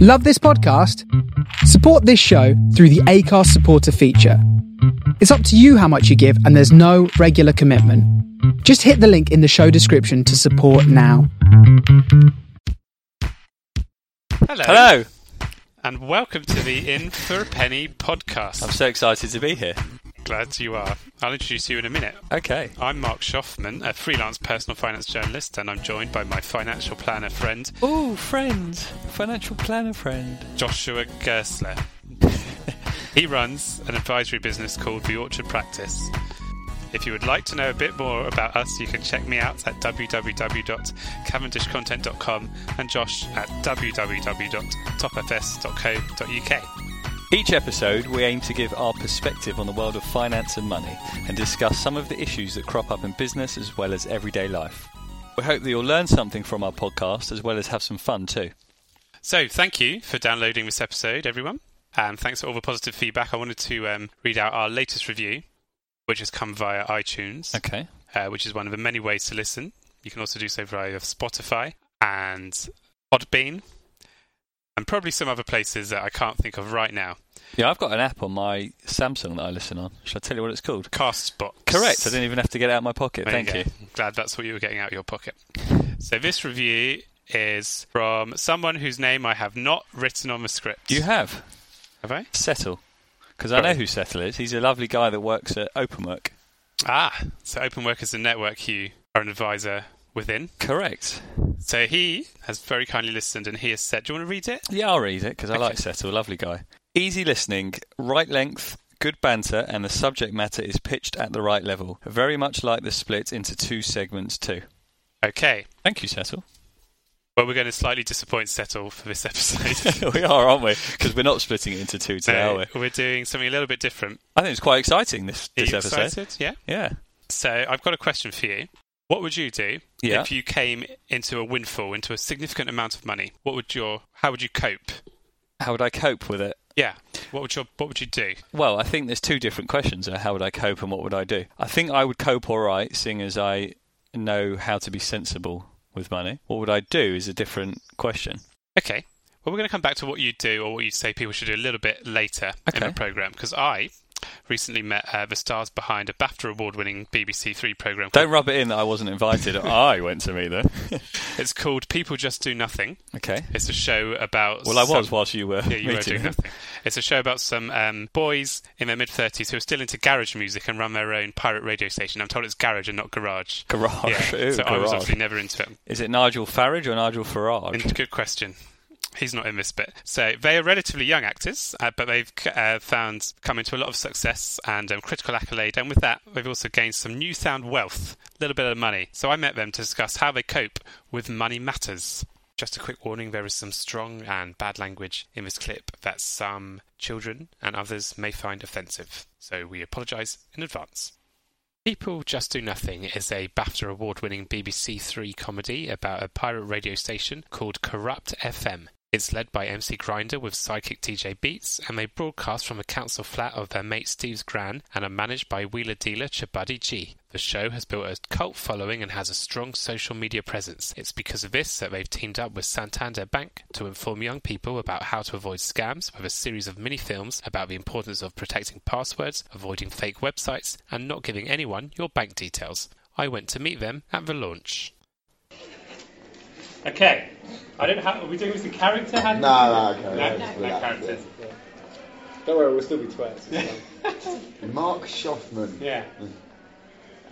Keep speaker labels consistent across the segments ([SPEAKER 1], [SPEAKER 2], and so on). [SPEAKER 1] Love this podcast? Support this show through the ACARS supporter feature. It's up to you how much you give, and there's no regular commitment. Just hit the link in the show description to support now.
[SPEAKER 2] Hello,
[SPEAKER 3] Hello.
[SPEAKER 2] and welcome to the In for a Penny podcast.
[SPEAKER 3] I'm so excited to be here.
[SPEAKER 2] Glad you are. I'll introduce you in a minute.
[SPEAKER 3] Okay.
[SPEAKER 2] I'm Mark Schaffman, a freelance personal finance journalist, and I'm joined by my financial planner friend,
[SPEAKER 3] Oh, friend. Financial planner friend.
[SPEAKER 2] Joshua Gersler. he runs an advisory business called The Orchard Practice. If you would like to know a bit more about us, you can check me out at www.cavendishcontent.com and Josh at www.topfs.co.uk.
[SPEAKER 3] Each episode, we aim to give our perspective on the world of finance and money and discuss some of the issues that crop up in business as well as everyday life. We hope that you'll learn something from our podcast as well as have some fun too.
[SPEAKER 2] So, thank you for downloading this episode, everyone. And thanks for all the positive feedback. I wanted to um, read out our latest review, which has come via iTunes,
[SPEAKER 3] Okay.
[SPEAKER 2] uh, which is one of the many ways to listen. You can also do so via Spotify and Podbean, and probably some other places that I can't think of right now.
[SPEAKER 3] Yeah, I've got an app on my Samsung that I listen on. Shall I tell you what it's called?
[SPEAKER 2] Castbox.
[SPEAKER 3] Correct. I didn't even have to get it out of my pocket.
[SPEAKER 2] There
[SPEAKER 3] Thank you.
[SPEAKER 2] go. Glad that's what you were getting out of your pocket. So, this review is from someone whose name I have not written on the script.
[SPEAKER 3] You have
[SPEAKER 2] have I?
[SPEAKER 3] Settle. Because I know
[SPEAKER 2] Sorry.
[SPEAKER 3] who Settle is. He's a lovely guy that works at Openwork.
[SPEAKER 2] Ah, so Open Workers and Network, you are an advisor within.
[SPEAKER 3] Correct.
[SPEAKER 2] So he has very kindly listened and he has said, Do you want to read it?
[SPEAKER 3] Yeah, I'll read it because I
[SPEAKER 2] Okay.
[SPEAKER 3] like Settle. Lovely guy. Easy listening, right length, good banter, and the subject matter is pitched at the right level. Very much like the split into two segments, too.
[SPEAKER 2] Okay.
[SPEAKER 3] Thank you, Settle.
[SPEAKER 2] Well, we're going to slightly disappoint Settle for this episode.
[SPEAKER 3] we are, aren't we? Because we're not splitting it into two today, are
[SPEAKER 2] so
[SPEAKER 3] we?
[SPEAKER 2] we're doing something a little bit different.
[SPEAKER 3] I think it's quite exciting this,
[SPEAKER 2] Are
[SPEAKER 3] this
[SPEAKER 2] you
[SPEAKER 3] episode.
[SPEAKER 2] excited? Yeah.
[SPEAKER 3] Yeah.
[SPEAKER 2] So I've got a question for you. What would you do
[SPEAKER 3] Yeah.
[SPEAKER 2] if you came into a windfall, into a significant amount of money? What would your how would you cope?
[SPEAKER 3] How would I cope with it?
[SPEAKER 2] Yeah. What would your what would you do?
[SPEAKER 3] Well, I think there's two different questions. uh, How would I cope and what would I do? I think I would cope all right, seeing as I know how to be sensible with money. What would I do is a different question.
[SPEAKER 2] Okay. Well, we're going to come back to what you do or what you say people should do a little bit later in
[SPEAKER 3] Okay.
[SPEAKER 2] the program because I recently met uh, the stars behind a BAFTA award-winning BBC Three program.
[SPEAKER 3] Don't rub it in that I wasn't invited. I went to me though.
[SPEAKER 2] It's called People Just Do Nothing.
[SPEAKER 3] okay.
[SPEAKER 2] It's a show about.
[SPEAKER 3] Well, I
[SPEAKER 2] some-
[SPEAKER 3] was whilst you were
[SPEAKER 2] Yeah, you were
[SPEAKER 3] meeting.
[SPEAKER 2] doing nothing. It's a show about some um, boys in their mid 30s who are still into garage music and run their own pirate radio station. I'm told it's garage and not garage.
[SPEAKER 3] Garage.
[SPEAKER 2] Yeah. so
[SPEAKER 3] Ooh,
[SPEAKER 2] I was
[SPEAKER 3] Oh, garage.
[SPEAKER 2] obviously never into it.
[SPEAKER 3] Is it Nigel Farage or Nigel
[SPEAKER 2] In-
[SPEAKER 3] Farage?
[SPEAKER 2] Good question. He's not in this bit. So they are relatively young actors, uh, but they've uh, found come into a lot of success and um, critical accolade. And with that, they've also gained some newfound wealth, a little bit of money. So I met them to discuss how they cope with money matters. Just a quick warning: there is some strong and bad language in this clip that some children and others may find offensive. So we apologise in advance. People Just Do Nothing is a BAFTA award winning BBC Three comedy about a pirate radio station called Corrupt FM. It's led by MC Grinder with sidekick DJ Beats, and they broadcast from the council flat of their mate Steve's Gran and are managed by wheeler dealer Chabuddy G. The show has built a cult following and has a strong social media presence. It's because of this that they've teamed up with Santander Bank to inform young people about how to avoid scams with a series of mini films about the importance of protecting passwords, avoiding fake websites, and not giving anyone your bank details. I went to meet them at the launch. Okay. I don't have. Are we doing this in character? How do
[SPEAKER 4] No, no,
[SPEAKER 2] we- No,
[SPEAKER 4] okay. let's
[SPEAKER 2] no
[SPEAKER 4] relax.
[SPEAKER 2] characters.
[SPEAKER 5] Don't worry, we'll still be twats. It's fine.
[SPEAKER 4] Mark Schaffman.
[SPEAKER 2] Yeah.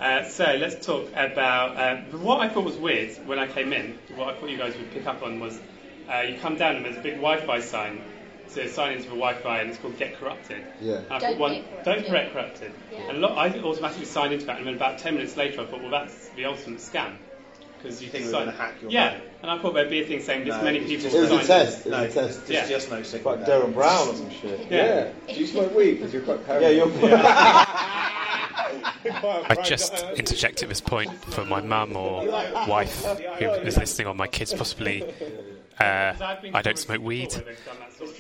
[SPEAKER 2] Uh, so let's talk about uh, what I thought was weird when I came in. What I thought you guys would pick up on was uh, you come down and there's a big Wi-Fi sign. So sign into the Wi-Fi and it's called Get Corrupted.
[SPEAKER 4] Yeah.
[SPEAKER 2] And I
[SPEAKER 6] Don't
[SPEAKER 2] thought, one,
[SPEAKER 6] get corrupted.
[SPEAKER 2] don't get corrupted. And a lot, I automatically signed into that, and then about ten minutes later, I thought, well, that's the ultimate scam because you
[SPEAKER 5] Think
[SPEAKER 2] can
[SPEAKER 5] we're
[SPEAKER 2] sign.
[SPEAKER 5] gonna hack your
[SPEAKER 2] yeah,
[SPEAKER 5] phone.
[SPEAKER 2] and I thought there'd be a thing saying this
[SPEAKER 5] No,
[SPEAKER 2] many
[SPEAKER 5] it's
[SPEAKER 2] people.
[SPEAKER 5] just-
[SPEAKER 4] It was
[SPEAKER 2] signed
[SPEAKER 4] a
[SPEAKER 2] in.
[SPEAKER 4] test. It was
[SPEAKER 5] No.
[SPEAKER 4] a test.
[SPEAKER 2] Yeah.
[SPEAKER 5] Just, just no signal.
[SPEAKER 4] Like Darren Brown or some shit.
[SPEAKER 2] Yeah.
[SPEAKER 4] Do you smoke weed? Because you're quite paranoid.
[SPEAKER 5] Yeah, you're.
[SPEAKER 2] I just interject at this point for my mum or wife who is listening, or my kids possibly. Uh, I don't smoke weed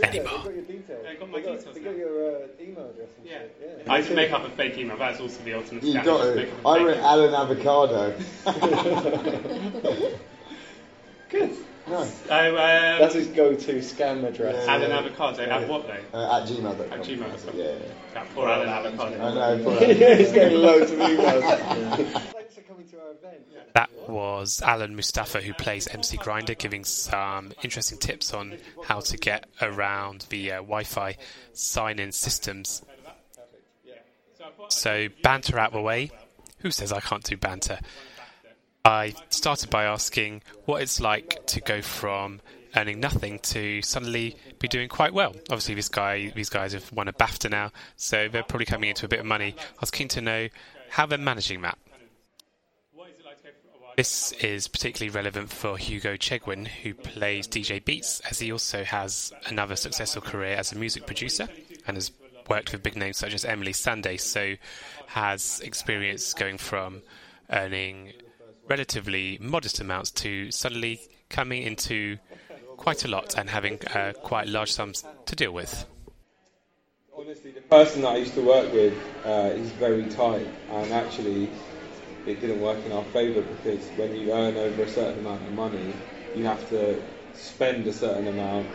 [SPEAKER 2] anymore. They've got my details now.
[SPEAKER 5] your uh, email address. And
[SPEAKER 2] Yeah. I just make up a fake email. That's also the ultimate.
[SPEAKER 4] You
[SPEAKER 2] scam.
[SPEAKER 4] got
[SPEAKER 2] Just
[SPEAKER 4] it.
[SPEAKER 2] make up a
[SPEAKER 4] I
[SPEAKER 2] fake
[SPEAKER 4] went
[SPEAKER 2] email.
[SPEAKER 4] Alan Avocado.
[SPEAKER 2] Good.
[SPEAKER 4] No.
[SPEAKER 2] Oh, um,
[SPEAKER 7] That's his go-to scam address.
[SPEAKER 4] Yeah.
[SPEAKER 2] add an avocado. Add what though?
[SPEAKER 4] Uh, at gmail.com.
[SPEAKER 2] At gmail.com.
[SPEAKER 4] Yeah.
[SPEAKER 2] That poor Alan avocado.
[SPEAKER 4] I know. but-
[SPEAKER 7] yeah, he's getting loads of emails. Thanks for coming to our event.
[SPEAKER 2] That was Alan Mustafa, who plays MC Grinder, giving some interesting tips on how to get around the uh, Wi Fi sign in systems. So, banter out the way. Who says I can't do banter? I started by asking what it's like to go from earning nothing to suddenly be doing quite well. Obviously, this guy, these guys have won a BAFTA now, so they're probably coming into a bit of money. I was keen to know how they're managing that. This is particularly relevant for Hugo Chegwin, who plays DJ Beats, as he also has another successful career as a music producer and has worked with big names such as Emily Sande, so has experience going from earning relatively modest amounts to suddenly coming into quite a lot and having uh, quite large sums to deal with.
[SPEAKER 7] Honestly, the person that I used to work with uh, is very tight, and actually, it didn't work in our favour because when you earn over a certain amount of money, you have to spend a certain amount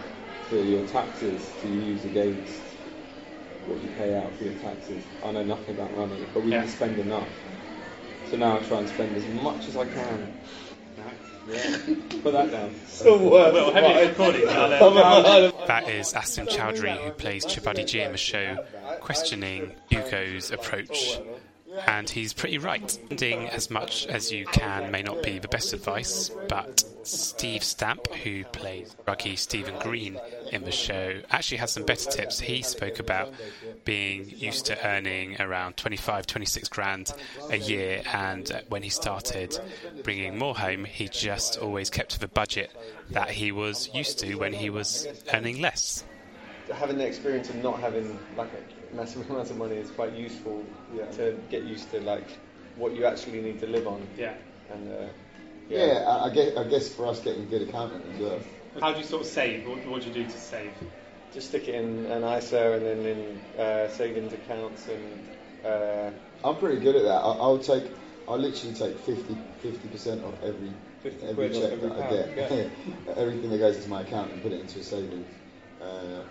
[SPEAKER 7] for your taxes to use against what you pay out for your taxes. I know nothing about money, but we
[SPEAKER 2] Yeah.
[SPEAKER 7] can spend enough. So now I try and spend as much as I can. Yeah. Put that down. Still works.
[SPEAKER 2] uh, That is Aston Chowdhury, who plays Chibadi G in the show, questioning Hugo's approach. And he's pretty right. Spending as much as you can may not be the best advice, but Steve Stamp, who plays Ruggy Stephen Green in the show, actually has some better tips. He spoke about being used to earning around 25, 26 grand a year, and uh, when he started bringing more home, he just always kept to the budget that he was used to when he was earning less.
[SPEAKER 7] having the experience of not having like a massive amount of money is quite useful to get used to like what you actually need to live on.
[SPEAKER 2] Yeah.
[SPEAKER 7] And uh,
[SPEAKER 4] Yeah, I, I, guess, I guess for us getting good accountant as well.
[SPEAKER 2] How do you sort of save? What, what do you do to save?
[SPEAKER 7] just stick it in an ISA and then in uh, savings accounts and uh,
[SPEAKER 4] I'm pretty good at that. I, I'll take, I'll literally take 50 percent of every
[SPEAKER 7] 50
[SPEAKER 4] every
[SPEAKER 7] quid off
[SPEAKER 4] check
[SPEAKER 7] every
[SPEAKER 4] that I
[SPEAKER 7] pound,
[SPEAKER 4] get, everything that goes into my account and put it into a savings, uh,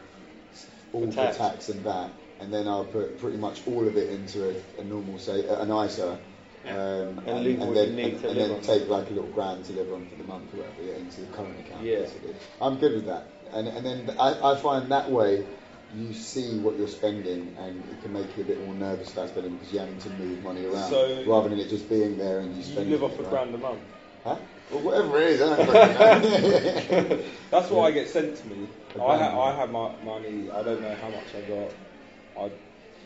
[SPEAKER 4] all for
[SPEAKER 7] tax.
[SPEAKER 4] tax. and VAT, and then I'll put pretty much all of it into a, a normal say an ISA. Um,
[SPEAKER 7] And leave what
[SPEAKER 4] then,
[SPEAKER 7] you need
[SPEAKER 4] and,
[SPEAKER 7] to
[SPEAKER 4] and
[SPEAKER 7] live
[SPEAKER 4] then
[SPEAKER 7] on.
[SPEAKER 4] take like a little grand to live on for the month or whatever yeah, into the current account.
[SPEAKER 7] Yeah.
[SPEAKER 4] Basically. I'm good with that, and and then I, I find that way you see what you're spending, and it can make you a bit more nervous about spending because you're having to move money around
[SPEAKER 7] So-
[SPEAKER 4] rather than it just being there and you
[SPEAKER 7] you
[SPEAKER 4] spend.
[SPEAKER 7] live off a
[SPEAKER 4] it, right?
[SPEAKER 7] grand a month.
[SPEAKER 4] Huh? Well, whatever it is, I don't fucking know.
[SPEAKER 7] That's what I get sent to me.
[SPEAKER 4] A
[SPEAKER 7] I,
[SPEAKER 4] grand.
[SPEAKER 7] ha- I have my money. I don't know how much I got. I,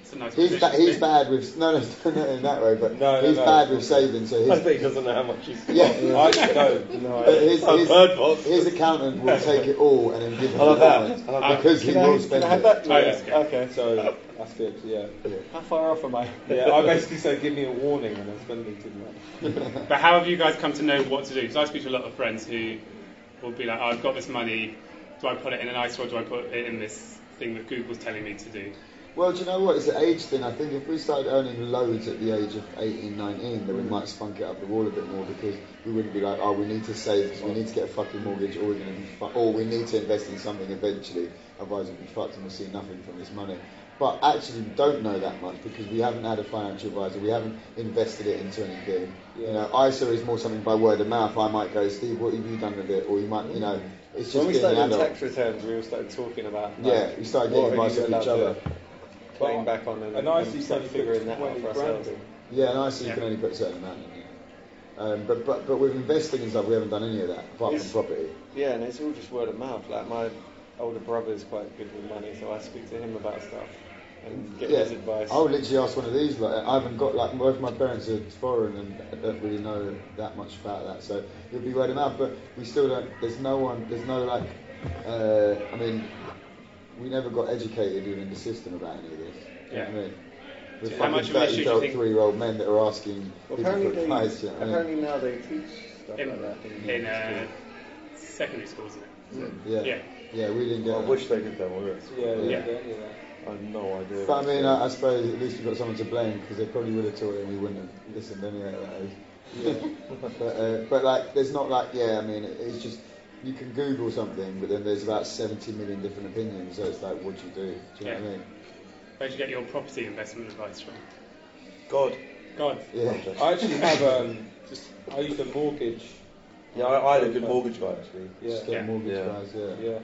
[SPEAKER 2] It's a nice
[SPEAKER 4] He's, ba-
[SPEAKER 2] position,
[SPEAKER 4] he's
[SPEAKER 2] isn't it?
[SPEAKER 4] bad with no, no, not in that way, but
[SPEAKER 7] No, no,
[SPEAKER 4] he's
[SPEAKER 7] no.
[SPEAKER 4] bad with saving. So his,
[SPEAKER 7] he doesn't know how much he's
[SPEAKER 4] Yeah. yeah.
[SPEAKER 7] I don't. No,
[SPEAKER 4] but his,
[SPEAKER 7] I've
[SPEAKER 4] his,
[SPEAKER 7] heard lots.
[SPEAKER 4] his accountant will take it all and then give him
[SPEAKER 7] I love
[SPEAKER 4] the
[SPEAKER 7] that.
[SPEAKER 4] balance
[SPEAKER 7] I love that.
[SPEAKER 4] because he
[SPEAKER 7] Can I-
[SPEAKER 4] will
[SPEAKER 7] can
[SPEAKER 4] spend
[SPEAKER 7] I have
[SPEAKER 4] it.
[SPEAKER 7] that?
[SPEAKER 2] Oh, yeah,
[SPEAKER 7] please?
[SPEAKER 2] okay.
[SPEAKER 7] okay. So that's good. Yeah.
[SPEAKER 4] Yeah.
[SPEAKER 7] How far off am I? Yeah, I basically said, give me a warning and I'm spending too much.
[SPEAKER 2] But how have you guys come to know what to do? Because I speak to a lot of friends who will be like, oh, I've got this money. Do I put it in an ISA or do I put it in this thing that Google's telling me to do?
[SPEAKER 4] Well, do you know what? It's an age thing. I think if we started earning loads at the age of 18, 19,
[SPEAKER 7] Mm.
[SPEAKER 4] then we might spunk it up the wall a bit more because we wouldn't be like, oh, we need to save because we need to get a fucking mortgage or we're going to be fu- or we need to invest in something eventually, otherwise we'll be fucked and we'll see nothing from this money. But actually, we don't know that much because we haven't had a financial advisor. We haven't invested it into anything. You know, ISA is more something by word of mouth. I might go, Steve, what have you done with it? Or you might, you know, it's just
[SPEAKER 7] when we
[SPEAKER 4] being an
[SPEAKER 7] started doing
[SPEAKER 4] adult.
[SPEAKER 7] tax returns, we all started talking about. like,
[SPEAKER 4] Yeah, we started
[SPEAKER 7] what
[SPEAKER 4] getting
[SPEAKER 7] are you
[SPEAKER 4] advice from
[SPEAKER 7] allowed
[SPEAKER 4] each
[SPEAKER 7] to
[SPEAKER 4] other.
[SPEAKER 7] Claim back on and,
[SPEAKER 8] An ISA
[SPEAKER 7] and
[SPEAKER 8] you
[SPEAKER 7] start
[SPEAKER 8] can
[SPEAKER 7] figuring
[SPEAKER 8] put
[SPEAKER 7] that out
[SPEAKER 8] 20
[SPEAKER 7] for
[SPEAKER 8] grand
[SPEAKER 7] ourselves.
[SPEAKER 8] in.
[SPEAKER 4] Yeah, and I see you can only put a certain amount in. yeah. Um, but, but but with investing and stuff, we haven't done any of that apart
[SPEAKER 7] Yes.
[SPEAKER 4] from property.
[SPEAKER 7] Yeah, and it's all just word of mouth. Like my older brother's quite good with money, so I speak to him about stuff and get his advice.
[SPEAKER 4] I would literally ask one of these. Like, I haven't got like both my parents are foreign and I don't really know that much about that. So it'd be word of mouth. But we still don't. There's no one. There's no like. Uh, I mean, we never got educated within the system about any of this. You know what I mean? With
[SPEAKER 2] How
[SPEAKER 4] fucking
[SPEAKER 2] much of an issue do you
[SPEAKER 4] 30-year-old,
[SPEAKER 2] think-
[SPEAKER 4] three-year-old men that are asking
[SPEAKER 7] Well,
[SPEAKER 4] people
[SPEAKER 7] apparently,
[SPEAKER 4] for
[SPEAKER 7] they,
[SPEAKER 4] advice. You know what I mean?
[SPEAKER 7] apparently now they teach stuff
[SPEAKER 2] In,
[SPEAKER 7] like that. in-
[SPEAKER 2] in uh, secondary schools, isn't it?
[SPEAKER 4] yeah.
[SPEAKER 2] yeah.
[SPEAKER 4] yeah, we didn't get.
[SPEAKER 8] I
[SPEAKER 4] that.
[SPEAKER 8] wish they did that work.
[SPEAKER 7] yeah, yeah,
[SPEAKER 4] Yeah.
[SPEAKER 7] yeah. yeah, yeah.
[SPEAKER 8] I have no idea.
[SPEAKER 4] But I mean, uh, I, I suppose at least we've got someone to blame because they probably would have taught it and we wouldn't have listened anyway at that age. but, uh, but like, there's not like, yeah, I mean, it, it's just you can Google something, but then there's about 70 million different opinions. So it's like, what do you do? Do you know what I mean?
[SPEAKER 6] Where'd you get your property investment advice from?
[SPEAKER 9] God.
[SPEAKER 6] God.
[SPEAKER 4] Yeah.
[SPEAKER 5] I actually have um, just I used a mortgage.
[SPEAKER 9] Yeah, I, I had a good mortgage guy actually.
[SPEAKER 5] Yeah,
[SPEAKER 4] Just get mortgage
[SPEAKER 9] Yeah.
[SPEAKER 4] guys, yeah.
[SPEAKER 5] yeah,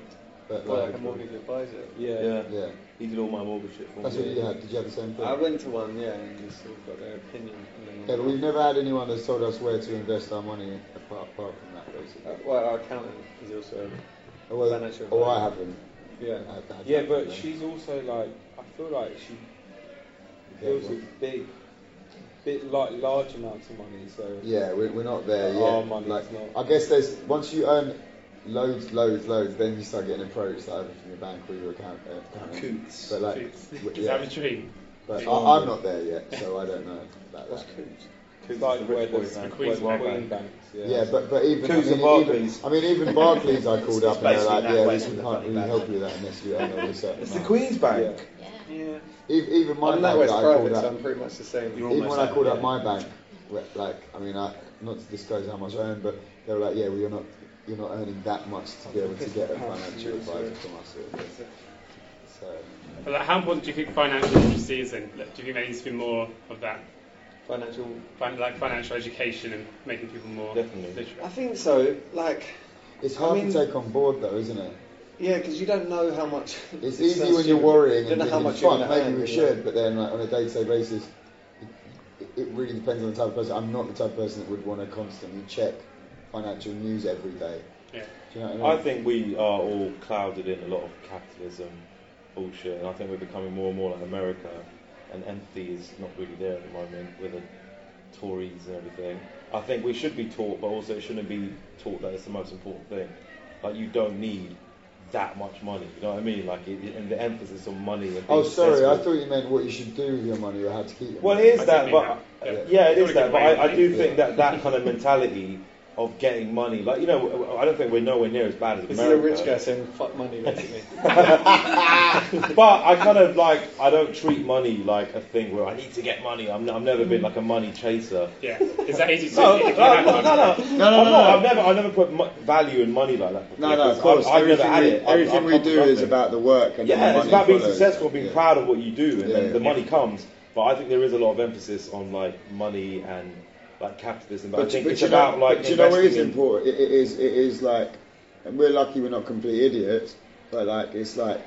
[SPEAKER 4] But
[SPEAKER 7] Well,
[SPEAKER 4] like,
[SPEAKER 7] like a mortgage advisor.
[SPEAKER 5] yeah.
[SPEAKER 9] Yeah.
[SPEAKER 4] yeah.
[SPEAKER 9] He did all my mortgage shit for me.
[SPEAKER 4] That's what you had. Did you have the same thing?
[SPEAKER 7] I went to one, yeah, and just sort of got their opinion. And
[SPEAKER 4] Yeah,
[SPEAKER 7] then,
[SPEAKER 4] but we've never had anyone that's told us where to invest our money apart, apart from that, basically.
[SPEAKER 7] uh, well, our accountant is also.
[SPEAKER 4] Or, well,
[SPEAKER 7] Financial
[SPEAKER 4] or I
[SPEAKER 7] advisor.
[SPEAKER 4] haven't.
[SPEAKER 5] yeah.
[SPEAKER 4] I haven't had
[SPEAKER 5] Yeah,
[SPEAKER 4] that
[SPEAKER 5] but
[SPEAKER 4] problem.
[SPEAKER 5] she's also like, I feel like she
[SPEAKER 4] Yeah,
[SPEAKER 5] deals
[SPEAKER 4] well-
[SPEAKER 5] with big, bit like large amounts of money. So
[SPEAKER 4] Yeah, we're, we're not there yet.
[SPEAKER 5] Our money's
[SPEAKER 4] like,
[SPEAKER 5] not-
[SPEAKER 4] I guess there's once you earn loads, loads, loads, then you start getting approached either from your bank or your account. Uh, account.
[SPEAKER 9] Coots.
[SPEAKER 4] But like,
[SPEAKER 6] Is
[SPEAKER 4] w-
[SPEAKER 6] that
[SPEAKER 4] yeah,
[SPEAKER 6] a dream?
[SPEAKER 4] but
[SPEAKER 6] Yeah.
[SPEAKER 4] I, I'm not there yet, so I don't know about that.
[SPEAKER 9] Coots?
[SPEAKER 5] it's like
[SPEAKER 9] the
[SPEAKER 5] where
[SPEAKER 9] rich
[SPEAKER 5] the,
[SPEAKER 9] boys, man.
[SPEAKER 5] where the
[SPEAKER 6] Queen's
[SPEAKER 5] Queen
[SPEAKER 9] Bank.
[SPEAKER 5] banks. Yeah.
[SPEAKER 4] Yeah, but but even I
[SPEAKER 9] Coots
[SPEAKER 4] mean,
[SPEAKER 9] and
[SPEAKER 4] even
[SPEAKER 9] Barclays.
[SPEAKER 4] I mean even Barclays, I called up and they're
[SPEAKER 9] It's
[SPEAKER 4] like,
[SPEAKER 9] basically
[SPEAKER 4] yeah,
[SPEAKER 9] that
[SPEAKER 4] this
[SPEAKER 9] way.
[SPEAKER 4] we can't really help you with that unless you earn over a certain
[SPEAKER 9] It's the
[SPEAKER 4] amount."
[SPEAKER 9] Queen's Bank.
[SPEAKER 7] Yeah.
[SPEAKER 4] Even, even my
[SPEAKER 7] I'm
[SPEAKER 4] bank
[SPEAKER 7] that way
[SPEAKER 4] that
[SPEAKER 7] it's
[SPEAKER 4] I
[SPEAKER 7] private,
[SPEAKER 4] called
[SPEAKER 7] so
[SPEAKER 4] up,
[SPEAKER 7] I'm pretty much the same.
[SPEAKER 9] You're
[SPEAKER 4] even
[SPEAKER 9] almost
[SPEAKER 4] when I
[SPEAKER 9] there,
[SPEAKER 4] called
[SPEAKER 9] yeah.
[SPEAKER 4] up my bank, wh- like I mean, I, not to disclose how much I earn, but they were like, yeah, well, you're not you're not earning that much to be able to get a financial advisor from us. or whatever. So
[SPEAKER 6] But like, how important do you think financial literacy is? In? Like, do you think there needs to be more of that,
[SPEAKER 7] Financial.
[SPEAKER 6] fin- like financial education and making people more
[SPEAKER 9] Definitely.
[SPEAKER 7] I
[SPEAKER 6] literate?
[SPEAKER 7] think so. Like,
[SPEAKER 4] it's hard
[SPEAKER 7] mean-
[SPEAKER 4] to take on board, though, isn't it?
[SPEAKER 7] yeah, because you don't know how much.
[SPEAKER 4] It's
[SPEAKER 7] it sounds
[SPEAKER 4] easy when you're
[SPEAKER 7] stupid.
[SPEAKER 4] worrying
[SPEAKER 7] You
[SPEAKER 4] and
[SPEAKER 7] don't know how much
[SPEAKER 4] thinking,
[SPEAKER 7] you're
[SPEAKER 4] "Fuck,
[SPEAKER 7] gonna
[SPEAKER 4] maybe
[SPEAKER 7] earn,
[SPEAKER 4] we
[SPEAKER 7] you know.
[SPEAKER 4] should," but then like on a day-to-day basis, it, it really depends on the type of person. I'm not the type of person that would want to constantly check financial news every day.
[SPEAKER 6] Yeah.
[SPEAKER 4] Do you know what I
[SPEAKER 9] I
[SPEAKER 4] mean?
[SPEAKER 9] think we are all clouded in a lot of capitalism bullshit, and I think we're becoming more and more like America, and empathy is not really there at the moment with the Tories and everything. I think we should be taught, but also it shouldn't be taught that it's the most important thing. Like, you don't need that much money, you know what I mean? Like, it, and the emphasis on money and being
[SPEAKER 4] Oh, sorry. I
[SPEAKER 9] successful.
[SPEAKER 4] thought you meant what you should do with your money or how to keep it.
[SPEAKER 9] Well, it
[SPEAKER 6] I
[SPEAKER 9] is that,
[SPEAKER 6] think
[SPEAKER 9] but
[SPEAKER 6] we have-
[SPEAKER 9] yeah, it is
[SPEAKER 6] Gotta
[SPEAKER 9] that.
[SPEAKER 6] get
[SPEAKER 9] But
[SPEAKER 6] away
[SPEAKER 9] I, I
[SPEAKER 6] with
[SPEAKER 9] do
[SPEAKER 6] it.
[SPEAKER 9] think that that kind of mentality of getting money, like you know, I don't think we're nowhere near as bad as
[SPEAKER 7] This is a
[SPEAKER 9] America.
[SPEAKER 7] rich guy saying fuck money, basically.
[SPEAKER 9] But I kind of like I don't treat money like a thing where I need to get money. I'm, I've never been like a money chaser.
[SPEAKER 6] Yeah. Is that easy to
[SPEAKER 9] No,
[SPEAKER 6] do
[SPEAKER 9] no,
[SPEAKER 6] if you had
[SPEAKER 9] no, no,
[SPEAKER 6] one?
[SPEAKER 9] no,
[SPEAKER 4] No, no,
[SPEAKER 9] I'm
[SPEAKER 4] no,
[SPEAKER 9] not-
[SPEAKER 4] no.
[SPEAKER 9] I've never, I've never put mu- value in money like that. Before,
[SPEAKER 4] No, no, of course.
[SPEAKER 9] I've, I've never
[SPEAKER 4] everything
[SPEAKER 9] had
[SPEAKER 4] we,
[SPEAKER 9] it. I've-
[SPEAKER 4] everything
[SPEAKER 9] I've
[SPEAKER 4] we
[SPEAKER 9] come
[SPEAKER 4] do
[SPEAKER 9] from
[SPEAKER 4] is
[SPEAKER 9] nothing.
[SPEAKER 4] about the work and
[SPEAKER 9] Yeah,
[SPEAKER 4] the
[SPEAKER 9] it's
[SPEAKER 4] money
[SPEAKER 9] about being
[SPEAKER 4] follows.
[SPEAKER 9] successful, being
[SPEAKER 4] Yeah.
[SPEAKER 9] proud of what you do, and
[SPEAKER 4] Yeah.
[SPEAKER 9] then the money comes. But I think there is a lot of emphasis on like money and like capitalism. But, I
[SPEAKER 4] But,
[SPEAKER 9] think
[SPEAKER 4] you- but
[SPEAKER 9] it's
[SPEAKER 4] you
[SPEAKER 9] about
[SPEAKER 4] know,
[SPEAKER 9] like
[SPEAKER 4] but you know what is
[SPEAKER 9] investing in-
[SPEAKER 4] important? It, it is it is like, and we're lucky we're not complete idiots, but like it's like,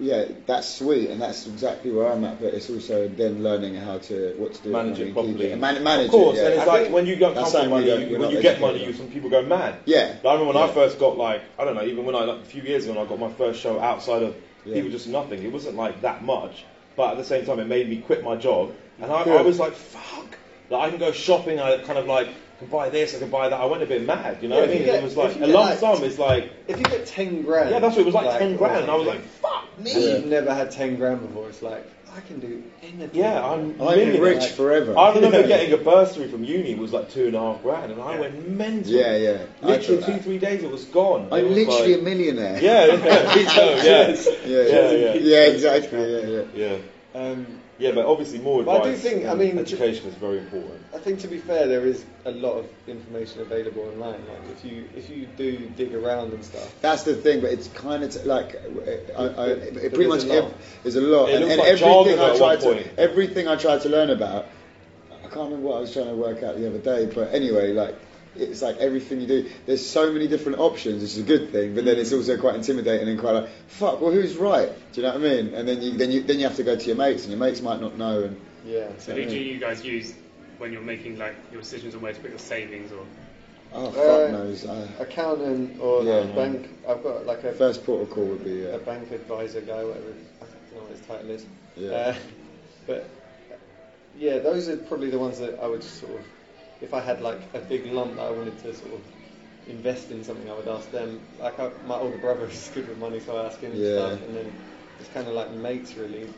[SPEAKER 4] yeah, that's sweet and that's exactly where I'm at. But it's also then learning how to what to do with
[SPEAKER 9] Manage it
[SPEAKER 4] money and keep
[SPEAKER 9] properly.
[SPEAKER 4] And man, manage
[SPEAKER 9] Of course,
[SPEAKER 4] it. Yeah.
[SPEAKER 9] and it's
[SPEAKER 4] I
[SPEAKER 9] like
[SPEAKER 4] think-
[SPEAKER 9] when you don't
[SPEAKER 4] that's
[SPEAKER 9] come from
[SPEAKER 4] something we
[SPEAKER 9] money,
[SPEAKER 4] don't-
[SPEAKER 9] you-
[SPEAKER 4] we're
[SPEAKER 9] when
[SPEAKER 4] not
[SPEAKER 9] you get
[SPEAKER 4] educated
[SPEAKER 9] money,
[SPEAKER 4] on.
[SPEAKER 9] you some people go mad.
[SPEAKER 4] Yeah.
[SPEAKER 9] Like, I remember when I
[SPEAKER 4] Yeah.
[SPEAKER 9] first got like I don't know, even when I like a few years ago, when I got my first show outside of
[SPEAKER 4] Yeah.
[SPEAKER 9] people just nothing. It wasn't like that much, but at the same time, it made me quit my job, and I, I was like, fuck. Like I can go shopping. I kind of like can buy this. I can buy that. I went a bit mad. You know
[SPEAKER 7] Yeah,
[SPEAKER 9] what I
[SPEAKER 7] if you
[SPEAKER 9] mean?
[SPEAKER 7] get-
[SPEAKER 9] it was like
[SPEAKER 7] if you
[SPEAKER 9] a
[SPEAKER 7] get,
[SPEAKER 9] lump
[SPEAKER 7] like-
[SPEAKER 9] sum. It's like
[SPEAKER 7] if you get 10 grand.
[SPEAKER 9] yeah, that's what it was like, ten
[SPEAKER 5] oh,
[SPEAKER 7] or
[SPEAKER 9] grand. And I was like,
[SPEAKER 7] something,
[SPEAKER 9] fuck
[SPEAKER 7] and
[SPEAKER 9] me.
[SPEAKER 7] you've never had 10 grand before, it's like, I can do anything.
[SPEAKER 9] Yeah, I'm.
[SPEAKER 4] I've been
[SPEAKER 9] millionaire.
[SPEAKER 4] rich forever.
[SPEAKER 9] I remember getting a bursary from uni it was like two and a half grand, and I went mental.
[SPEAKER 4] Yeah, yeah. I thought
[SPEAKER 9] Literally two,
[SPEAKER 4] that.
[SPEAKER 9] three days, it was gone.
[SPEAKER 4] I'm
[SPEAKER 9] It was
[SPEAKER 4] literally a
[SPEAKER 9] like-
[SPEAKER 4] millionaire.
[SPEAKER 9] yeah, Oh, yeah, I think so, yeah,
[SPEAKER 4] Yeah,
[SPEAKER 9] Yeah,
[SPEAKER 4] yeah,
[SPEAKER 9] yeah.
[SPEAKER 4] yeah, exactly. Yeah, yeah.
[SPEAKER 9] yeah,
[SPEAKER 7] Um,
[SPEAKER 9] yeah. But obviously, more
[SPEAKER 7] But I
[SPEAKER 9] advice.
[SPEAKER 7] do think- I
[SPEAKER 9] and
[SPEAKER 7] mean-
[SPEAKER 9] education is very important.
[SPEAKER 7] I think to be fair, there is a lot of information available online. Like if you if you do dig around and stuff,
[SPEAKER 4] That's the thing, but it's kind of t- like I, I, it
[SPEAKER 7] But
[SPEAKER 4] pretty
[SPEAKER 7] there's
[SPEAKER 4] much
[SPEAKER 7] a lot.
[SPEAKER 4] ev- there's a lot,
[SPEAKER 9] It
[SPEAKER 4] and,
[SPEAKER 9] looks
[SPEAKER 4] and
[SPEAKER 9] like
[SPEAKER 4] everything
[SPEAKER 9] jargon at
[SPEAKER 4] I
[SPEAKER 9] one
[SPEAKER 4] tried to
[SPEAKER 9] point.
[SPEAKER 4] everything I tried to learn about, I can't remember what I was trying to work out the other day, but anyway, like it's like everything you do, there's so many different options, which is a good thing, but then it's also quite intimidating and quite like fuck, well who's right? Do you know what I mean? And then you then you then you have to go to your mates, and your mates might not know, and
[SPEAKER 7] yeah.
[SPEAKER 6] So who do you guys use when you're making like your decisions on where to put your savings or?
[SPEAKER 4] oh
[SPEAKER 7] Uh,
[SPEAKER 4] fuck knows. Uh,
[SPEAKER 7] accountant or
[SPEAKER 4] Yeah,
[SPEAKER 7] the
[SPEAKER 4] yeah.
[SPEAKER 7] bank. I've got like a,
[SPEAKER 4] first port of call would be
[SPEAKER 7] a
[SPEAKER 4] uh,
[SPEAKER 7] bank advisor guy, whatever. I don't know what his title is.
[SPEAKER 4] Yeah.
[SPEAKER 7] Uh, but uh, yeah, those are probably the ones that I would sort of, if I had like a big lump that I wanted to sort of invest in something, I would ask them. Like I, my older brother is good with money, so I ask him
[SPEAKER 4] Yeah.
[SPEAKER 7] stuff, and then it's kind of like mates really,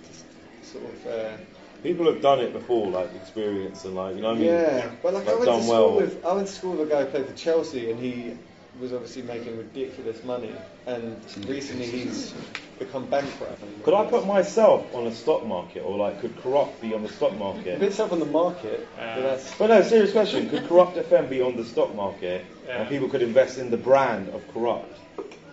[SPEAKER 7] just sort of. Uh,
[SPEAKER 9] People have done it before, like experience and like you know what I mean.
[SPEAKER 7] yeah, but like I
[SPEAKER 9] Like
[SPEAKER 7] went
[SPEAKER 9] done
[SPEAKER 7] to school
[SPEAKER 9] well.
[SPEAKER 7] with I went to school with a guy who played for Chelsea, and he was obviously making ridiculous money, and recently he's become bankrupt.
[SPEAKER 9] Could I put myself on a stock market, or like, could corrupt be on the stock
[SPEAKER 7] a
[SPEAKER 9] market?
[SPEAKER 7] bit stuff on the market? but that's
[SPEAKER 9] But no, serious question. Could corrupt FM be on the stock market,
[SPEAKER 6] Yeah.
[SPEAKER 9] and people could invest in the brand of corrupt?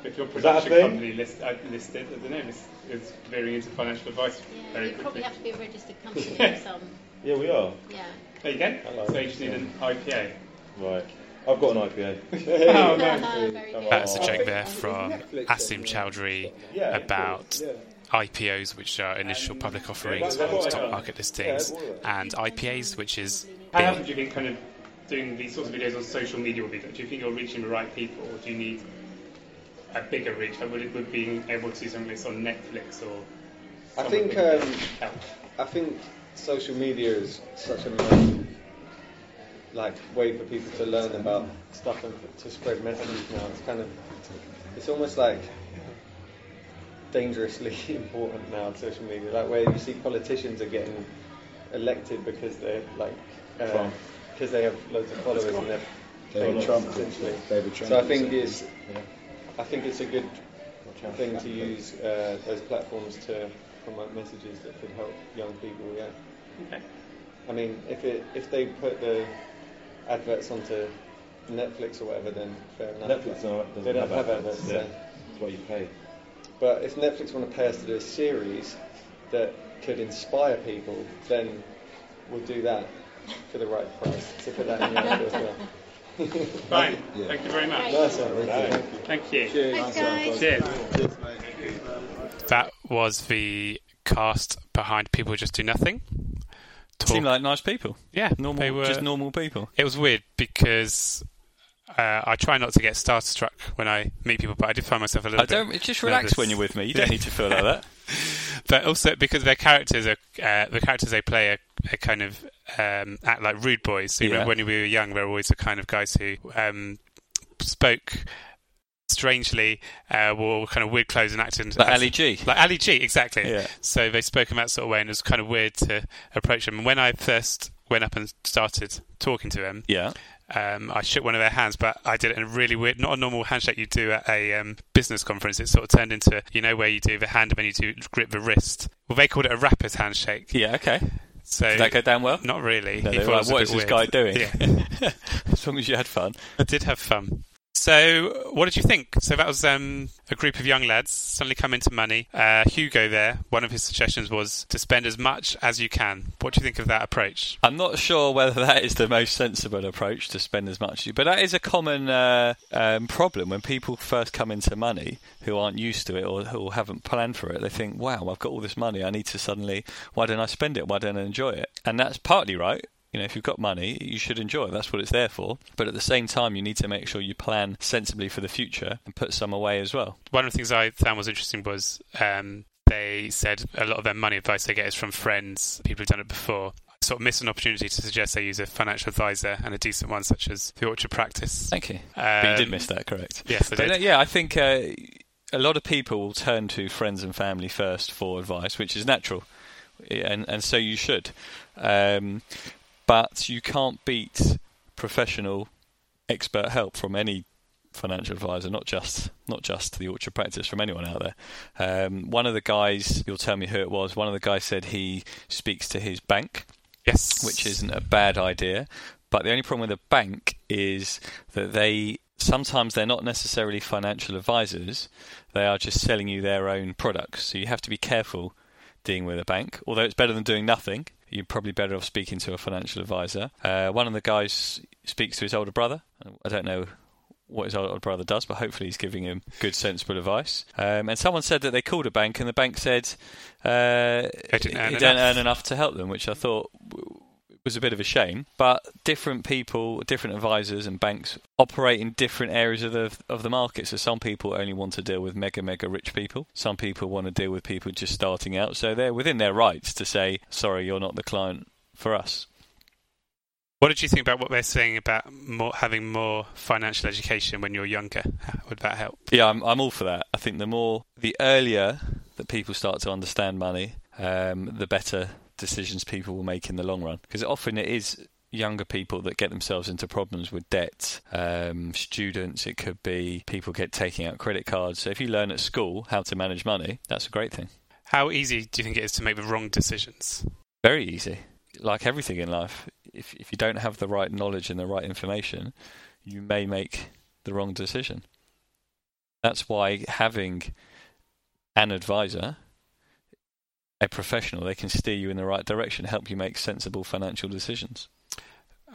[SPEAKER 6] If your
[SPEAKER 9] Is that a
[SPEAKER 6] production
[SPEAKER 9] thing?
[SPEAKER 6] company list, uh, listed, I don't know, it's, it's veering into financial advice
[SPEAKER 10] Yeah,
[SPEAKER 6] very
[SPEAKER 10] you
[SPEAKER 6] quickly.
[SPEAKER 10] probably have to be a registered company or something.
[SPEAKER 9] Yeah, we are.
[SPEAKER 10] Yeah.
[SPEAKER 6] There you go. So you just need an IPA.
[SPEAKER 9] Right. I've got an IPA.
[SPEAKER 6] Oh,
[SPEAKER 10] Very good.
[SPEAKER 2] That's a
[SPEAKER 9] Oh.
[SPEAKER 2] joke there from Asim Chowdhury
[SPEAKER 9] Yeah, of
[SPEAKER 2] about
[SPEAKER 9] course, yeah.
[SPEAKER 2] IPOs, which are initial public offerings
[SPEAKER 9] Yeah,
[SPEAKER 2] and
[SPEAKER 9] that's
[SPEAKER 2] stock
[SPEAKER 9] right.
[SPEAKER 2] market listings,
[SPEAKER 9] Yeah, that's
[SPEAKER 2] and IPAs, which is
[SPEAKER 6] How
[SPEAKER 2] big.
[SPEAKER 6] haven't you been kind of doing these sorts of videos on social media will be done? Do you think you're reaching the right people, or do you need a bigger reach? Like, would it would being able to do something like this on Netflix or?
[SPEAKER 7] I
[SPEAKER 6] somewhere
[SPEAKER 7] think,
[SPEAKER 6] bigger
[SPEAKER 7] um,
[SPEAKER 6] help?
[SPEAKER 7] I think social media is such a massive, like way for people to learn about stuff and to spread messages now. It's kind of it's almost like dangerously important now on social media. Like where you see politicians are getting elected because they're like uh, because
[SPEAKER 9] Trump.
[SPEAKER 7] they have loads of followers and they're
[SPEAKER 4] David
[SPEAKER 7] famous,
[SPEAKER 4] Trump,
[SPEAKER 7] essentially.
[SPEAKER 4] David Trump.
[SPEAKER 7] So I think
[SPEAKER 4] is-
[SPEAKER 7] it's I think it's a good thing to use uh, those platforms to promote messages that could help young people. Yeah.
[SPEAKER 6] Okay.
[SPEAKER 7] I mean, if it if they put the adverts onto Netflix or whatever, then fair enough.
[SPEAKER 9] Netflix no, doesn't
[SPEAKER 7] They don't have uh,
[SPEAKER 9] adverts.
[SPEAKER 7] adverts,
[SPEAKER 9] Yeah.
[SPEAKER 7] so-
[SPEAKER 9] That's what you pay.
[SPEAKER 7] But if Netflix want to pay us to do a series that could inspire people, then we'll do that for the right price. To put that in the ad as well.
[SPEAKER 6] Fine. Thank you very much.
[SPEAKER 7] Nice one, Ricky.
[SPEAKER 6] Thank you.
[SPEAKER 10] Thanks, guys.
[SPEAKER 6] Cheers.
[SPEAKER 2] That was the cast behind People Just Do Nothing. Talk-
[SPEAKER 3] Seem like nice people.
[SPEAKER 2] yeah,
[SPEAKER 3] Normal,
[SPEAKER 2] they were-
[SPEAKER 3] just normal people.
[SPEAKER 2] It was weird because uh, I try not to get starstruck when I meet people, but I did find myself a little
[SPEAKER 3] I don't.
[SPEAKER 2] bit.
[SPEAKER 3] Just relax
[SPEAKER 2] nervous.
[SPEAKER 3] when you're with me. You don't need to feel like that.
[SPEAKER 2] But also because their characters are uh, the characters they play are, are kind of um, act like rude boys. So you
[SPEAKER 3] Yeah.
[SPEAKER 2] remember when we were young, they were always the kind of guys who um, spoke strangely, uh, wore kind of weird clothes and acted
[SPEAKER 3] Like Ali G.
[SPEAKER 2] like Ali G, exactly.
[SPEAKER 3] Yeah.
[SPEAKER 2] So they spoke in that sort of way, and it was kind of weird to approach them. And when I first went up and started talking to them,
[SPEAKER 3] Yeah.
[SPEAKER 2] um, I shook one of their hands, but I did it in a really weird, not a normal handshake you do at a um, business conference. It sort of turned into, you know, where you do the hand and then you do grip the wrist. Well, they called it a rapper's handshake.
[SPEAKER 3] Yeah. Okay.
[SPEAKER 2] So
[SPEAKER 3] Did that go down well?
[SPEAKER 2] not really.
[SPEAKER 3] No,
[SPEAKER 2] He
[SPEAKER 3] they were
[SPEAKER 2] thought it was a
[SPEAKER 3] like, what
[SPEAKER 2] bit
[SPEAKER 3] is this
[SPEAKER 2] weird."
[SPEAKER 3] guy doing?
[SPEAKER 2] Yeah.
[SPEAKER 3] as long as you had fun.
[SPEAKER 2] I did have fun. So, what did you think? So that was um, a group of young lads suddenly come into money. Uh, Hugo, there, one of his suggestions was to spend as much as you can. What do you think of that approach?
[SPEAKER 3] I'm not sure whether that is the most sensible approach to spend as much as you, but that is a common uh, um, problem when people first come into money who aren't used to it or who haven't planned for it. They think, wow, I've got all this money. I need to suddenly, why don't I spend it? Why don't I enjoy it? And that's partly right. You know, if you've got money, you should enjoy it. That's what it's there for. But at the same time, you need to make sure you plan sensibly for the future and put some away as well.
[SPEAKER 2] One of the things I found was interesting was um, they said a lot of their money advice they get is from friends, people who've done it before. I sort of missed an opportunity to suggest they use a financial advisor and a decent one, such as the Orchard Practice.
[SPEAKER 3] Thank you.
[SPEAKER 2] Um,
[SPEAKER 3] But you did miss that, correct?
[SPEAKER 2] Yes, I
[SPEAKER 3] But,
[SPEAKER 2] did.
[SPEAKER 3] uh, yeah, I think uh, a lot of people will turn to friends and family first for advice, which is natural, and and so you should. Um, but you can't beat professional, expert help from any financial advisor, not just not just the Orchard Practice, from anyone out there. Um, one of the guys, you'll tell me who it was. One of the guys said he speaks to his bank
[SPEAKER 2] Yes,
[SPEAKER 3] which isn't a bad idea. But the only problem with a bank is that they sometimes they're not necessarily financial advisors; they are just selling you their own products. So you have to be careful dealing with a bank. Although it's better than doing nothing, you're probably better off speaking to a financial advisor. Uh, one of the guys speaks to his older brother. I don't know what his older brother does, but hopefully he's giving him good, sensible advice. Um, and someone said that they called a bank, and the bank said uh,
[SPEAKER 2] They didn't earn
[SPEAKER 3] they don't
[SPEAKER 2] enough.
[SPEAKER 3] earn enough to help them, which I thought w- was a bit of a shame. But different people, different advisors, and banks operate in different areas of the of the market. So some people only want to deal with mega, mega rich people. Some people want to deal with people just starting out. So they're within their rights to say, "Sorry, you're not the client for us."
[SPEAKER 2] What did you think about what they're saying about more, having more financial education when you're younger? Would that help?
[SPEAKER 3] Yeah, I'm, I'm all for that. I think the more, the earlier that people start to understand money, um, the better decisions people will make in the long run. Because often it is younger people that get themselves into problems with debt, um, students, it could be people get taking out credit cards. So if you learn at school how to manage money, that's a great thing.
[SPEAKER 2] How easy do you think it is to make the wrong decisions?
[SPEAKER 3] Very easy. Like everything in life, if if you don't have the right knowledge and the right information, you may make the wrong decision. That's why having an advisor, a professional, they can steer you in the right direction, help you make sensible financial decisions.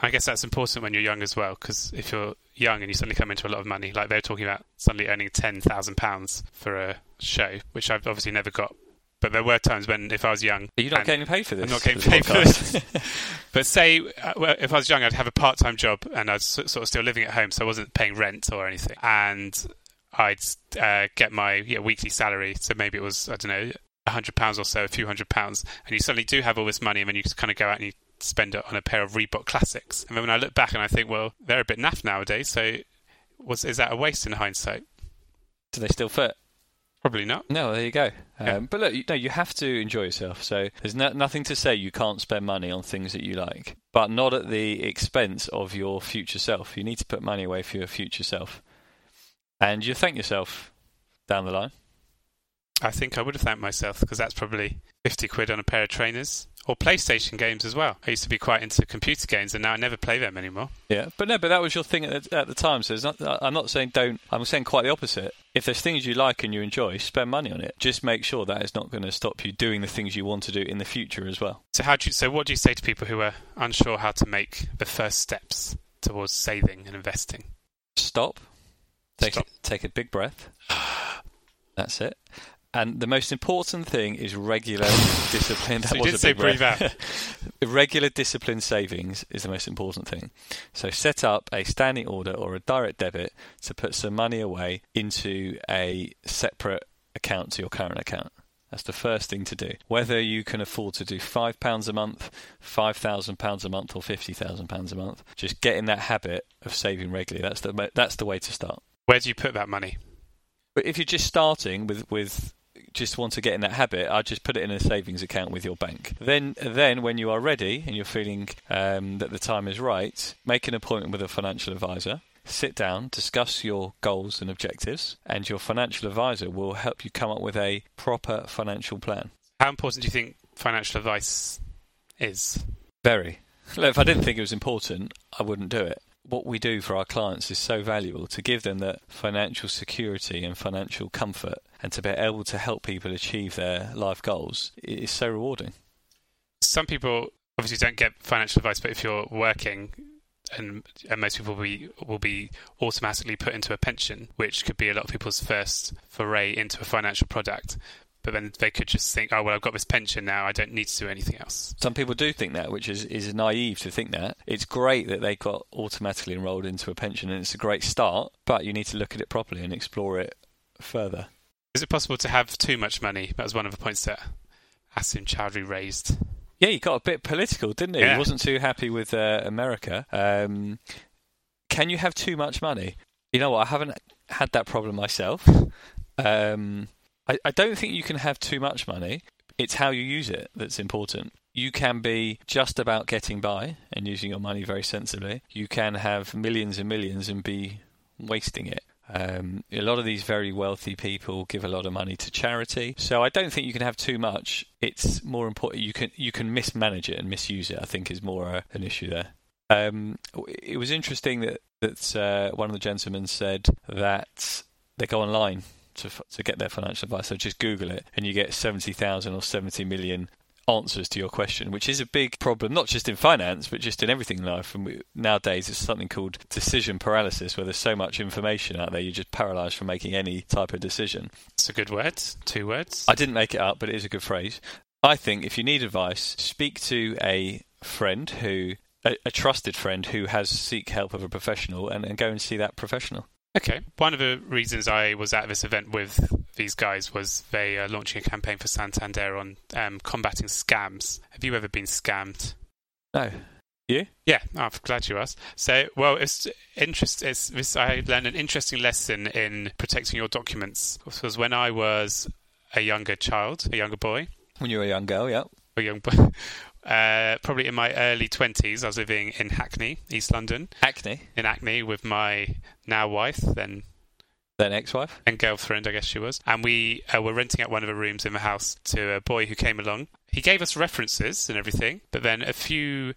[SPEAKER 2] I guess that's important when you're young as well, because if you're young and you suddenly come into a lot of money, like they were talking about suddenly earning ten thousand pounds for a show, which I've obviously never got. But there were times when, if I was young,
[SPEAKER 3] Are you not
[SPEAKER 2] and-
[SPEAKER 3] getting paid for this?
[SPEAKER 2] I'm not getting
[SPEAKER 3] for the
[SPEAKER 2] paid for
[SPEAKER 3] podcast?
[SPEAKER 2] But say, uh, well, if I was young, I'd have a part-time job, and I was so- sort of still living at home, so I wasn't paying rent or anything. And I'd uh, get my yeah, weekly salary, so maybe it was I don't know, a hundred pounds or so, a few hundred pounds, and you suddenly do have all this money, and then you just kind of go out and you spend it on a pair of Reebok Classics. And then when I look back and I think, well, they're a bit naff nowadays, so was is that a waste in hindsight?
[SPEAKER 3] Do they still fit?
[SPEAKER 2] Probably not.
[SPEAKER 3] No, there you go. Um,
[SPEAKER 2] Yeah.
[SPEAKER 3] But look, you, no, you have to enjoy yourself. So there's no, nothing to say you can't spend money on things that you like, but not at the expense of your future self. You need to put money away for your future self, and you thank yourself down the line.
[SPEAKER 2] I think I would have thanked myself because that's probably 50 quid on a pair of trainers or PlayStation games as well. I used to be quite into computer games and now I never play them anymore.
[SPEAKER 3] Yeah, but no, but that was your thing at the, at the time. So it's not, I- I'm not saying don't. I'm saying quite the opposite. If there's things you like and you enjoy, spend money on it. Just make sure that is not going to stop you doing the things you want to do in the future as well.
[SPEAKER 2] So how do you, so what do you say to people who are unsure how to make the first steps towards saving and investing?
[SPEAKER 3] stop, take
[SPEAKER 2] Stop.
[SPEAKER 3] take a big breath. That's it. And the most important thing is regular discipline. That
[SPEAKER 2] So you
[SPEAKER 3] was
[SPEAKER 2] did
[SPEAKER 3] a
[SPEAKER 2] say
[SPEAKER 3] big breath.
[SPEAKER 2] breathe out.
[SPEAKER 3] regular discipline savings is the most important thing. So set up a standing order or a direct debit to put some money away into a separate account to your current account. That's the first thing to do. Whether you can afford to do five pounds a month, five thousand pounds a month, or fifty thousand pounds a month, just get in that habit of saving regularly. That's the mo- that's the way to start.
[SPEAKER 2] Where do you put that money?
[SPEAKER 3] But if you're just starting with with just want to get in that habit, I'd just put it in a savings account with your bank. Then, then when you are ready and you're feeling um, that the time is right, make an appointment with a financial advisor. Sit down, discuss your goals and objectives, and your financial advisor will help you come up with a proper financial plan.
[SPEAKER 2] How important do you think financial advice is?
[SPEAKER 3] Very. Look, if I didn't think it was important, I wouldn't do it. What we do for our clients is so valuable to give them that financial security and financial comfort and to be able to help people achieve their life goals i- is so rewarding.
[SPEAKER 2] Some people obviously don't get financial advice, but if you're working and, and most people will be, will be automatically put into a pension, which could be a lot of people's first foray into a financial product. But then they could just think, oh, well, I've got this pension now. I don't need to do anything else.
[SPEAKER 3] Some people do think that, which is, is naive to think that. It's great that they got automatically enrolled into a pension and it's a great start, but you need to look at it properly and explore it further.
[SPEAKER 2] Is it possible to have too much money? That was one of the points that Asim Chowdhury raised.
[SPEAKER 3] Yeah, he got a bit political, didn't he?
[SPEAKER 2] Yeah.
[SPEAKER 3] He wasn't too happy with uh, America. Um, can you have too much money? You know what? I haven't had that problem myself. Um, I, I don't think you can have too much money. It's how you use it that's important. You can be just about getting by and using your money very sensibly. You can have millions and millions and be wasting it. Um, a lot of these very wealthy people give a lot of money to charity, so I don't think you can have too much. It's more important you can you can mismanage it and misuse it. I think is more uh, an issue there. Um, w- it was interesting that that uh, one of the gentlemen said that they go online to f- to get their financial advice. So just Google it, and you get seventy thousand or seventy million answers to your question, which is a big problem, not just in finance, but just in everything in life. And we, nowadays, it's something called decision paralysis, where there's so much information out there, you're just paralysed from making any type of decision.
[SPEAKER 2] It's a good word, two words.
[SPEAKER 3] I didn't make it up, but it is a good phrase. I think if you need advice, speak to a friend who, a, a trusted friend who has seek help of a professional, and, and go and see that professional.
[SPEAKER 2] Okay. One of the reasons I was at this event with these guys was they are launching a campaign for Santander on um, combating scams. Have you ever been scammed?
[SPEAKER 3] No,
[SPEAKER 2] Yeah, I'm glad you asked. So, well, it's interest. It's this. I learned an interesting lesson in protecting your documents. This was when I was a younger child, a younger boy,
[SPEAKER 3] when you're a young girl, yeah.
[SPEAKER 2] a young boy. uh, probably in my early 20s. I was living in Hackney, East London,
[SPEAKER 3] Acne,
[SPEAKER 2] in Hackney with my now wife, then
[SPEAKER 3] then ex-wife.
[SPEAKER 2] and girlfriend, I guess she was. And we uh, were renting out one of the rooms in the house to a boy who came along. He gave us references and everything, but then a few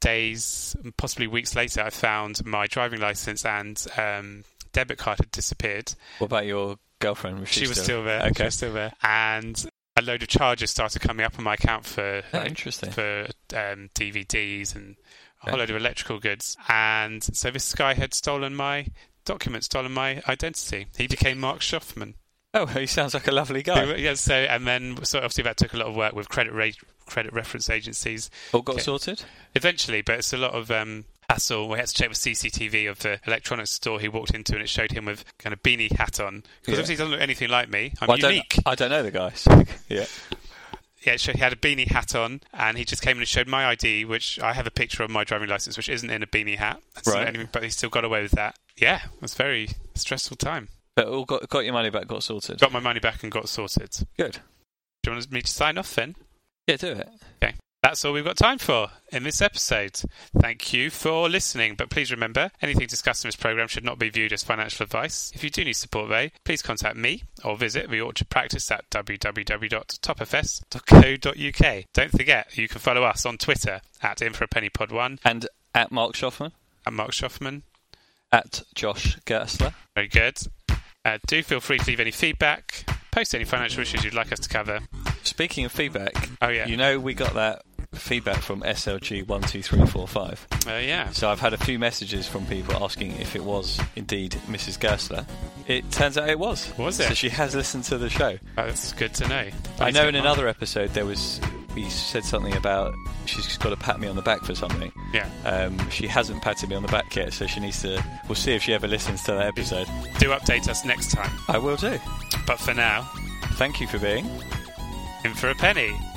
[SPEAKER 2] days, possibly weeks later, I found my driving license and um, debit card had disappeared.
[SPEAKER 3] What about your girlfriend? Was she,
[SPEAKER 2] She was still there. She
[SPEAKER 3] Okay.
[SPEAKER 2] was still there. And a load of charges started coming up on my account for
[SPEAKER 3] Oh,
[SPEAKER 2] like,
[SPEAKER 3] interesting.
[SPEAKER 2] for um, DVDs and a
[SPEAKER 3] Okay.
[SPEAKER 2] whole load of electrical goods. And so this guy had stolen my documents, stolen my identity. He became Mark Schaffman.
[SPEAKER 3] Oh, he sounds like a lovely
[SPEAKER 2] They
[SPEAKER 3] guy.
[SPEAKER 2] were- Yeah, so and then so obviously that took a lot of work with credit rate credit reference agencies
[SPEAKER 3] All got
[SPEAKER 2] Okay.
[SPEAKER 3] sorted.
[SPEAKER 2] eventually, but it's a lot of um hassle. We had to check with CCTV of the electronics store he walked into and it showed him with kind of beanie hat on. Because
[SPEAKER 3] Yeah.
[SPEAKER 2] obviously he doesn't look anything like me. I'm
[SPEAKER 3] Well, I don't.
[SPEAKER 2] unique.
[SPEAKER 3] I don't know the guy. so- yeah.
[SPEAKER 2] yeah, so he had a beanie hat on, and he just came and showed my ID, which I have a picture of my driving license, which isn't in a beanie hat. That's not
[SPEAKER 3] Right.
[SPEAKER 2] anything, but he still got away with that. Yeah, it was a very stressful time.
[SPEAKER 3] But all got got your money back. Got sorted.
[SPEAKER 2] Got my money back and got sorted. Do
[SPEAKER 3] Good.
[SPEAKER 2] you want me to sign off then?
[SPEAKER 3] Yeah, do it.
[SPEAKER 2] That's all we've got time for in this episode. Thank you for listening, but please remember anything discussed in this program should not be viewed as financial advice. If you do need support, though, please contact me or visit the Orchard Practice at www.topfs.co.uk. Don't forget, you can follow us on Twitter at InForAPennyPod1
[SPEAKER 3] And at Mark Schaffman,
[SPEAKER 2] and Mark Schaffman.
[SPEAKER 3] at Josh Gersler.
[SPEAKER 2] Very good. Uh, do feel free to leave any feedback, post any financial issues you'd like us to cover.
[SPEAKER 3] Speaking of feedback,
[SPEAKER 2] Oh, yeah.
[SPEAKER 3] you know we got that feedback from SLG one two three four five.
[SPEAKER 2] Uh, yeah.
[SPEAKER 3] So I've had a few messages from people asking if it was indeed Mrs. Gersler. It turns out it was.
[SPEAKER 2] Was it?
[SPEAKER 3] So she has listened to the show.
[SPEAKER 2] That's good to know.
[SPEAKER 3] I know in another episode there was we said something about she's just got to pat me on the back for something.
[SPEAKER 2] Yeah.
[SPEAKER 3] Um, she hasn't patted me on the back yet, so she needs to. We'll see if she ever listens to that episode.
[SPEAKER 2] Do update us next time.
[SPEAKER 3] I will do.
[SPEAKER 2] But for now,
[SPEAKER 3] Thank you for being.
[SPEAKER 2] in for a penny.